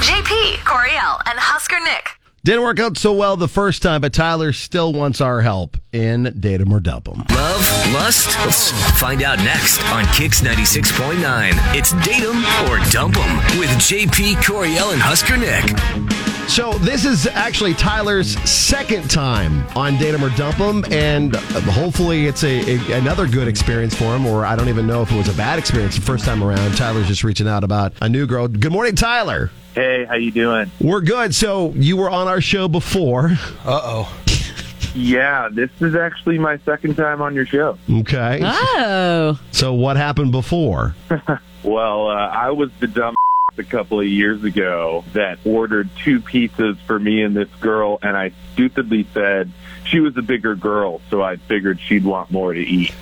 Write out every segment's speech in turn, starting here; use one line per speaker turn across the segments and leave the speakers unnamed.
me, Coriel, and Husker Nick.
Didn't work out so well the first time, but Tyler still wants our help in Date 'em or Dump 'em.
Love, lust, find out next on Kix 96.9. It's Date 'em or Dump 'em with JP Coriel and Husker Nick.
So this is actually Tyler's second time on Date 'em or Dump 'em, and hopefully it's a, a- another good experience for him. Or I don't even know if it was a bad experience the first time around. Tyler's just reaching out about a new girl. Good morning, Tyler.
Hey, how you doing?
We're good. So you were on our show before,
Yeah, this is actually my second time on your show.
okay?
Oh.
So what happened before?
Well, uh, I was the dumb a couple of years ago that ordered two pizzas for me and this girl, and I stupidly said she was a bigger girl, so I figured she'd want more to eat.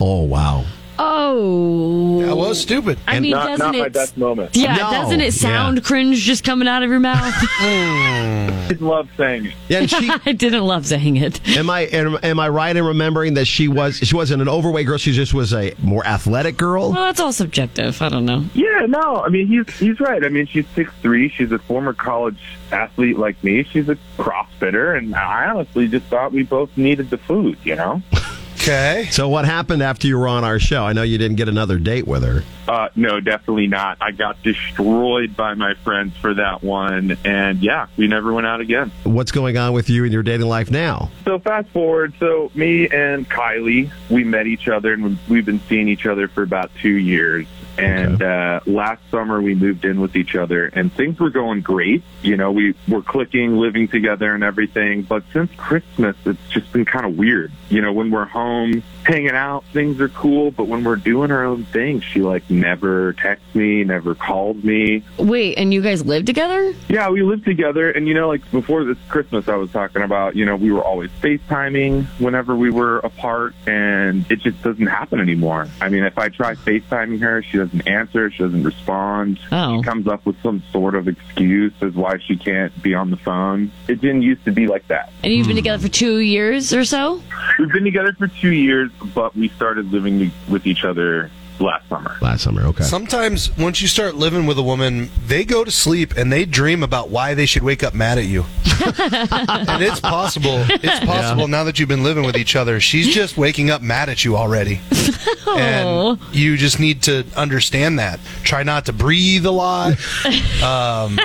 Oh wow!
Oh.
That was stupid.
I mean,
Not,
doesn't
not my
it?
best moment.
yeah,
No.
doesn't it sound
Yeah.
cringe just coming out of your mouth?
I didn't love saying it.
Yeah, and she
I didn't love saying it.
Am I am, am I right in remembering that she was she wasn't an overweight girl? She just was a more athletic girl.
Well, that's all subjective. I don't know.
Yeah, no, I mean he's he's right. I mean she's six three. She's a former college athlete like me. She's a CrossFitter, and I honestly just thought we both needed the food. You know.
Okay.
So what happened after you were on our show? I know you didn't get another date with her.
Uh, no, definitely not. I got destroyed by my friends for that one, and yeah, we never went out again.
What's going on with you in your dating life now?
So fast forward, so me and Kylie, we met each other, and we've been seeing each other for about two years. And uh, last summer, we moved in with each other, and things were going great. You know, we were clicking, living together, and everything. But since Christmas, it's just been kind of weird. You know, when we're home hanging out, things are cool. But when we're doing our own thing, she like never texts me, never calls me.
Wait, and you guys live together?
Yeah, we lived together, and you know, like before this Christmas, I was talking about, you know, we were always FaceTiming whenever we were apart, and it just doesn't happen anymore. I mean, if I try FaceTiming her, she doesn't answer, she doesn't respond.
Oh.
She comes up with some sort of excuse as why she can't be on the phone. It didn't used to be like that.
And you've been
Hmm.
together for two years or so?
We've been together for two years, but we started living with each other last summer.
Last summer, okay.
Sometimes once you start living with a woman, they go to sleep and they dream about why they should wake up mad at you. and it's possible. It's possible now that you've been living with each other. She's just waking up mad at you already.
Oh.
And you just need to understand that. Try not to breathe a lot. Um,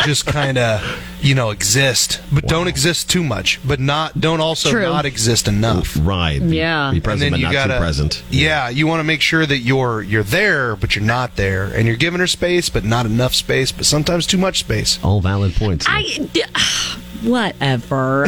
just kind of, you know, exist, but don't exist too much, but not don't also
True.
not exist enough.
right.
Yeah.
Be
And
present, but not too present.
Yeah, you want to make sure that you're you're there, but you're not there, and you're giving her space, but not enough space, but sometimes too much space.
All valid points.
I. D- Whatever.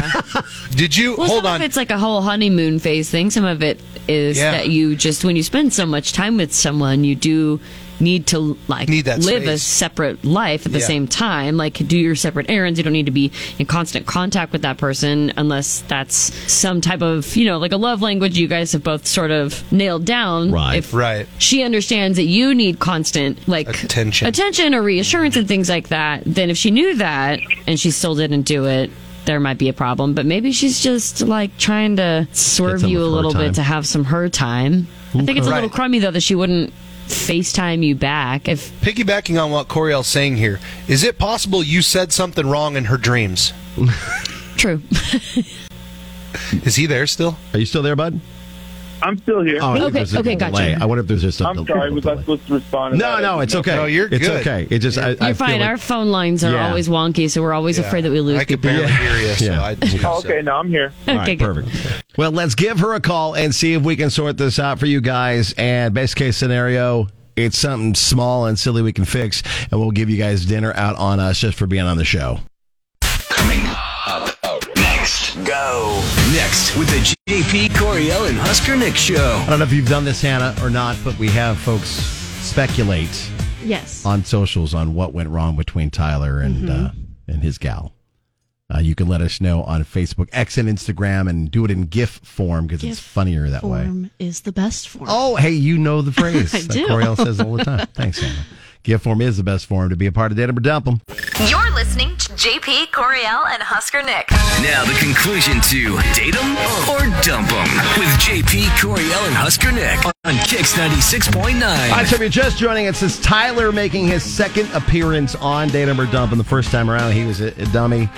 Did you
Well,
hold
some
on?
of it's like a whole honeymoon phase thing. Some of it is
Yeah.
that you just when you spend so much time with someone, you do need to like
Need that
live a
space.
separate life at the
Yeah.
same time. Like do your separate errands. You don't need to be in constant contact with that person unless that's some type of you know like a love language you guys have both sort of nailed down.
Right.
If
Right.
she understands that you need constant like
Attention.
attention or reassurance and things like that then if she knew that and she still didn't do it there might be a problem but maybe she's just like trying to swerve
some
you a
of her
little
time.
bit to have some her time i think it's a little
Right.
crummy though that she wouldn't facetime you back if
Piggybacking on what Coriel's saying here, is it possible you said something wrong in her dreams?
true
Is he there still?
Are you still there, bud? Oh,
I'm still here.
I think
Okay,
there's a
okay,
delay.
gotcha.
I wonder if there's just. a
I'm
del-
sorry, was I
delay.
supposed to respond? to
No,
that?
no, it's okay.
No, you're
It's
good.
okay. It just. I, I
you're
feel
fine
like-
our phone lines are
Yeah.
always wonky so we're always afraid that we lose
I could
people
barely hear you. So
Yeah.
I,
Oh, okay, no, I'm here.
All right,
Okay, good.
perfect. Well, let's give her a call and see if we can sort this out for you guys. And best case scenario, it's something small and silly we can fix, and we'll give you guys dinner out on us just for being on the show.
Coming up oh, next. Go. Next with the JP Coriel and Husker Nick show.
I don't know if you've done this, Hannah, or not, but we have folks speculate
yes
on socials on what went wrong between Tyler and
Mm-hmm.
uh, and his gal. Uh, you can let us know on Facebook, X, and Instagram, and do it in GIF form because it's funnier that way.
form is the best form.
Oh, hey, you know the phrase
I
that
do.
Coriel says all the time. Thanks, Hannah. Gift form is the best form to be a part of Date 'em or Dump 'em.
You're listening to JP Coriel and Husker Nick.
Now the conclusion to date 'em or dump 'em with JP Coriel and Husker Nick on Kicks ninety six point nine.
All right, so if you're just joining us, this is Tyler making his second appearance on Day Number Dump. And the first time around, he was a, a dummy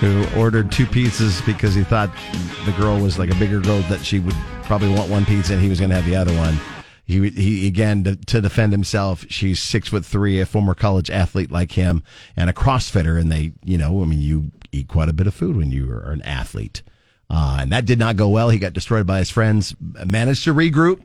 who ordered two pizzas because he thought the girl was like a bigger girl that she would probably want one pizza and he was going to have the other one. He, he again to, to defend himself. She's six foot three, a former college athlete like him, and a CrossFitter. And they, you know, I mean, you eat quite a bit of food when you are an athlete, uh, and that did not go well. He got destroyed by his friends. Managed to regroup.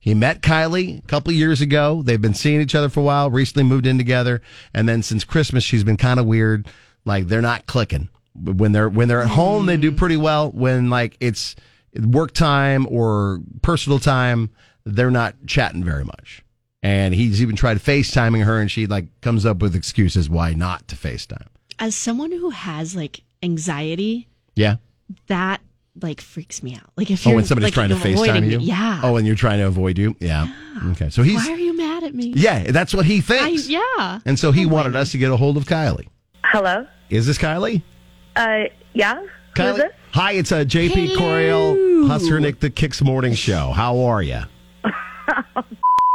He met Kylie a couple of years ago. They've been seeing each other for a while, recently moved in together, and then since Christmas she's been kind of weird, like they're not clicking. When they're when they're at home they do pretty well, when like it's work time or personal time, they're not chatting very much. And he's even tried FaceTiming her and she like comes up with excuses why not to FaceTime.
As someone who has like anxiety,
Yeah.
that like freaks me out. Like if
Oh,
you're,
when somebody's
like,
trying to
avoiding
FaceTime
me-
you?
yeah.
Oh, and you're trying to avoid you? Yeah. Okay. So he's
why are you mad at me?
Yeah, that's what he
I,
thinks.
yeah.
And so he wanted us to get a hold of Kylie.
Hello.
Is this Kylie?
Uh, yeah.
Kylie?
Who's this?
Hi, it's uh, JP Coriel, Husker Nick, the Kicks Morning Show. How are you?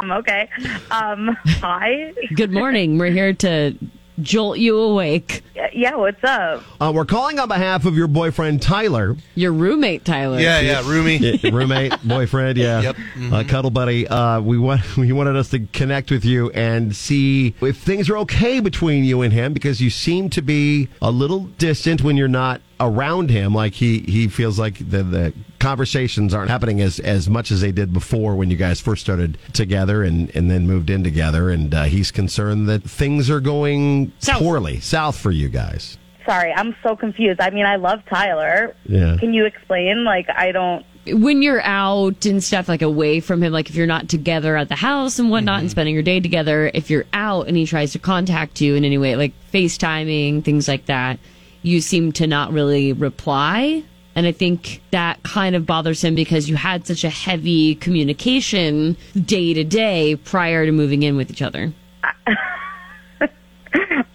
I'm okay. Um, hi.
Good morning. We're here to jolt you awake.
Yeah. What's up?
Uh, we're calling on behalf of your boyfriend Tyler,
Your roommate, Tyler.
Yeah, yeah, Roomy.
Yeah, roommate, boyfriend, yeah,
Yep.
uh, cuddle buddy. Uh, we want we wanted us to connect with you and see if things are okay between you and him because you seem to be a little distant when you're not around him. Like he he feels like the the conversations aren't happening as as much as they did before when you guys first started together and and then moved in together. And uh, he's concerned that things are going
South.
poorly south for you guys.
Sorry, I'm so confused. I mean, I love Tyler.
Yeah.
Can you explain? Like, I don't.
When you're out and stuff, like away from him, like if you're not together at the house and whatnot
Mm-hmm.
and spending your day together, if you're out and he tries to contact you in any way, like FaceTiming, things like that, you seem to not really reply. And I think that kind of bothers him because you had such a heavy communication day to day prior to moving in with each other.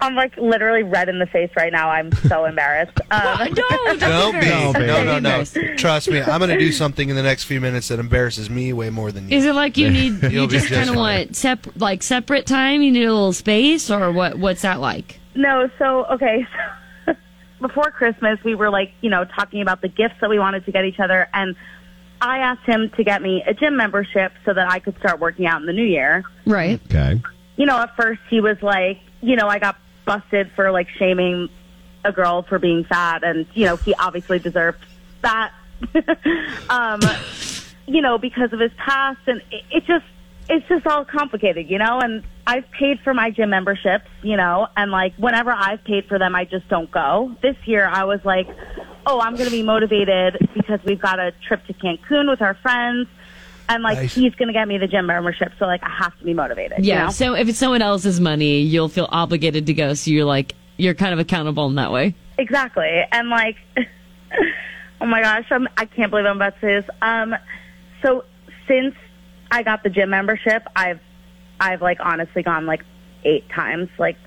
I'm like literally red in the face right now. I'm so embarrassed. Um,
No,
Don't be. No,
babe.
no, no,
Embarrassed.
Trust me, I'm going to do something in the next few minutes that embarrasses me way more than you.
Is it like you need you
You'll be
just kind
just
of want sep- like separate time? You need a little space, or what? What's that like?
no. So okay. so Before Christmas, we were like, you know, talking about the gifts that we wanted to get each other, and I asked him to get me a gym membership so that I could start working out in the new year.
Right.
Okay.
you know, at first he was like, you know, I got busted for like shaming a girl for being fat, and you know, he obviously deserved that, um, you know, because of his past, and it, it just, it's just all complicated, you know. And I've paid for my gym memberships, you know, and like whenever I've paid for them, I just don't go. This year, I was like, oh, I'm going to be motivated because we've got a trip to Cancun with our friends. And like
Nice.
he's gonna get me the gym membership, so like I have to be motivated.
Yeah.
you know?
So if it's someone else's money, you'll feel obligated to go. So you're like you're kind of accountable in that way.
Exactly. And like, oh my gosh, I'm, I can't believe I'm about to say this. Um, so since I got the gym membership, I've, I've like honestly gone like eight times, like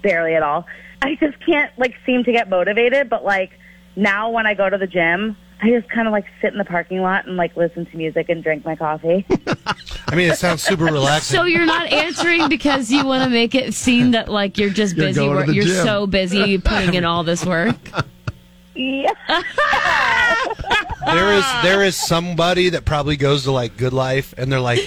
barely at all. I just can't like seem to get motivated, but like now when I go to the gym, I just kind of like sit in the parking lot and like listen to music and drink my coffee.
I mean, it sounds super relaxing.
So you're not answering because you want to make it seem that like you're just
You're
busy.
going to
wor-
the
you're
gym.
so busy putting in all this work.
yeah.
there is
Ah.
there is somebody that probably goes to like Good Life, and they're like,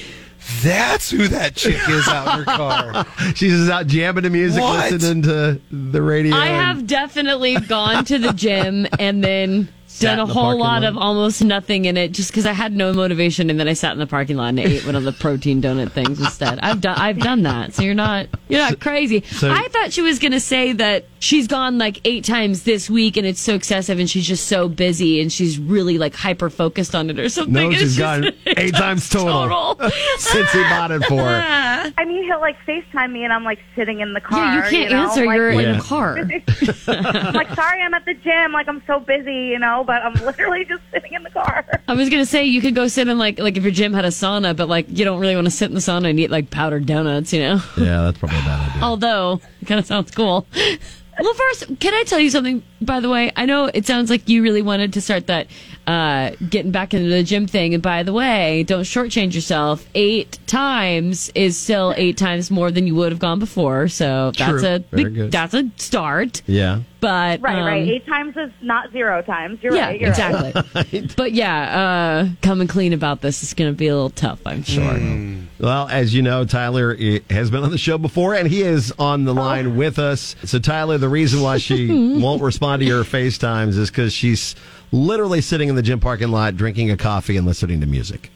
"That's who that chick is out in her car."
She's just out jamming to music,
What?
listening to the radio.
I
and-
have definitely gone to the gym and then
Sat in
done a
the
whole
parking
lot
lot.
of almost nothing in it just because I had no motivation and then I sat in the parking lot and ate one of the protein donut things instead. I've done I've done that. So you're not you're not crazy. I thought she was gonna say that she's gone like eight times this week and it's so excessive and she's just so busy and she's really like hyper focused on it or something.
No,
It's
she's
just-
gone eight times total.
total.
Since he bought it for her.
I mean, he'll like FaceTime me and I'm like sitting in the car.
Yeah, you can't
know,
answer.
like-
You're in
Yeah.
a car.
I'm like, sorry, I'm at the gym. Like, I'm so busy, you know, but I'm literally just sitting in the car.
I was gonna say you could go sit in like like if your gym had a sauna, but like you don't really want to sit in the sauna and eat like powdered donuts, you know.
Yeah, that's probably a bad idea.
Although it kind of sounds cool. Well, first, can I tell you something? By the way, I know it sounds like you really wanted to start that uh, getting back into the gym thing. And by the way, don't shortchange yourself. Eight times is still eight times more than you would have gone before. So that's
True.
a
Very
big-
good.
that's a start.
Yeah.
But
Right,
um,
right. Eight times is not zero times. You're
Yeah,
right. You're right.
exactly. But yeah, uh, coming clean about this is going to be a little tough, I'm sure.
Well, as you know, Tyler eh, has been on the show before, and he is on
Oh.
the line with us. So, Tyler, the reason why she won't respond to your FaceTimes is because she's literally sitting in the gym parking lot, drinking a coffee and listening to music.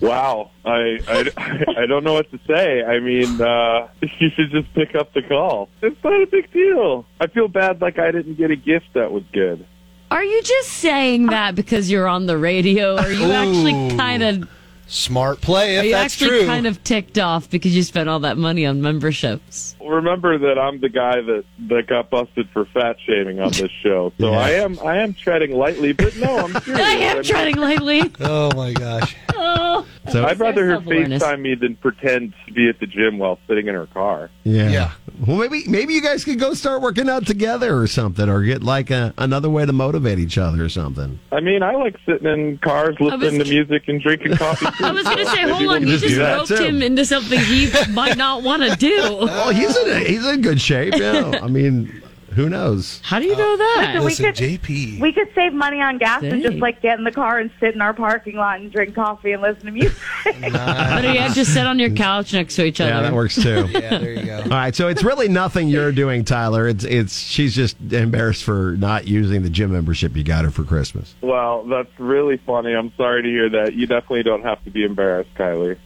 Wow, I, I, I don't know what to say. I mean, uh, you should just pick up the call. It's not a big deal. I feel bad like I didn't get a gift that was good.
Are you just saying that because you're on the radio? Or are you actually
Ooh.
kind of
Smart play if
Are you
that's
actually
true.
kind of ticked off because you spent all that money on memberships?
Remember that I'm the guy that, that got busted for fat shaming on this show. So
Yeah.
I am I am treading lightly, but no, I'm serious.
I am
mean,
treading lightly.
oh my gosh.
Oh.
So,
I'd rather her
Self-awareness.
FaceTime me than pretend to be at the gym while sitting in her car.
yeah.
Yeah.
Well, maybe maybe you guys could go start working out together or something, or get like a, another way to motivate each other or something.
I mean, I like sitting in cars, listening to music, and drinking coffee. Too,
I was going to say,
Maybe
hold
we'll
on, you
just
just
do that
roped
too.
him into something he might not want to do.
Well, Oh, he's in he's in good shape. Yeah. I mean, who knows?
How do you know that?
we
Listen,
could-
JP.
We could save money on gas and just
Dang.
like get in the car and sit in our parking lot and drink coffee and listen to music.
But you have to sit on your couch next to each other.
Yeah, that works too.
yeah, there you go.
All right, so it's really nothing you're doing, Tyler. It's it's she's just embarrassed for not using the gym membership you got her for Christmas.
Well, that's really funny. I'm sorry to hear that. You definitely don't have to be embarrassed, Kylie.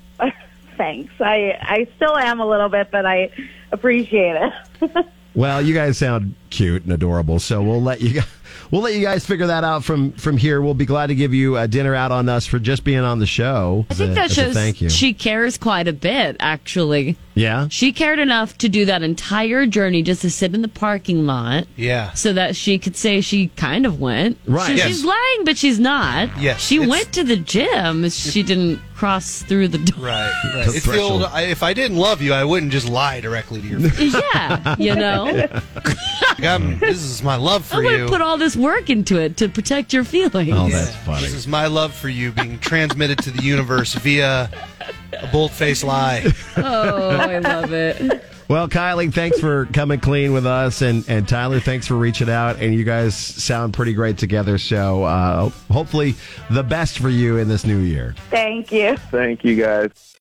Thanks. I I still am a little bit, but I appreciate it.
Well, you guys sound cute and adorable, so we'll let you guys, we'll let you guys figure that out from from here. We'll be glad to give you a dinner out on us for just being on the show.
I think that shows
thank you.
she cares quite a bit, actually.
yeah,
She cared enough to do that entire journey just to sit in the parking lot
Yeah.
so that she could say she kind of went.
Right.
So
Yes.
She's lying, but she's not.
Yes,
She
it's-
went to the gym. it's- She didn't cross through the door.
Right. right.
The
It's the
threshold.
old. I, if I didn't love you, I wouldn't just lie directly to your face.
Yeah, you know?
Like,
Mm.
I'm, this is my love
I
for
would
you.
have put all this work into it to protect your feelings.
oh, that's funny.
This is my love for you being transmitted to the universe via a bold faced lie.
Oh, I love it.
Well, Kylie, thanks for coming clean with us, and and Tyler, thanks for reaching out. And you guys sound pretty great together, so uh, hopefully the best for you in this new year.
Thank you.
Thank you, guys.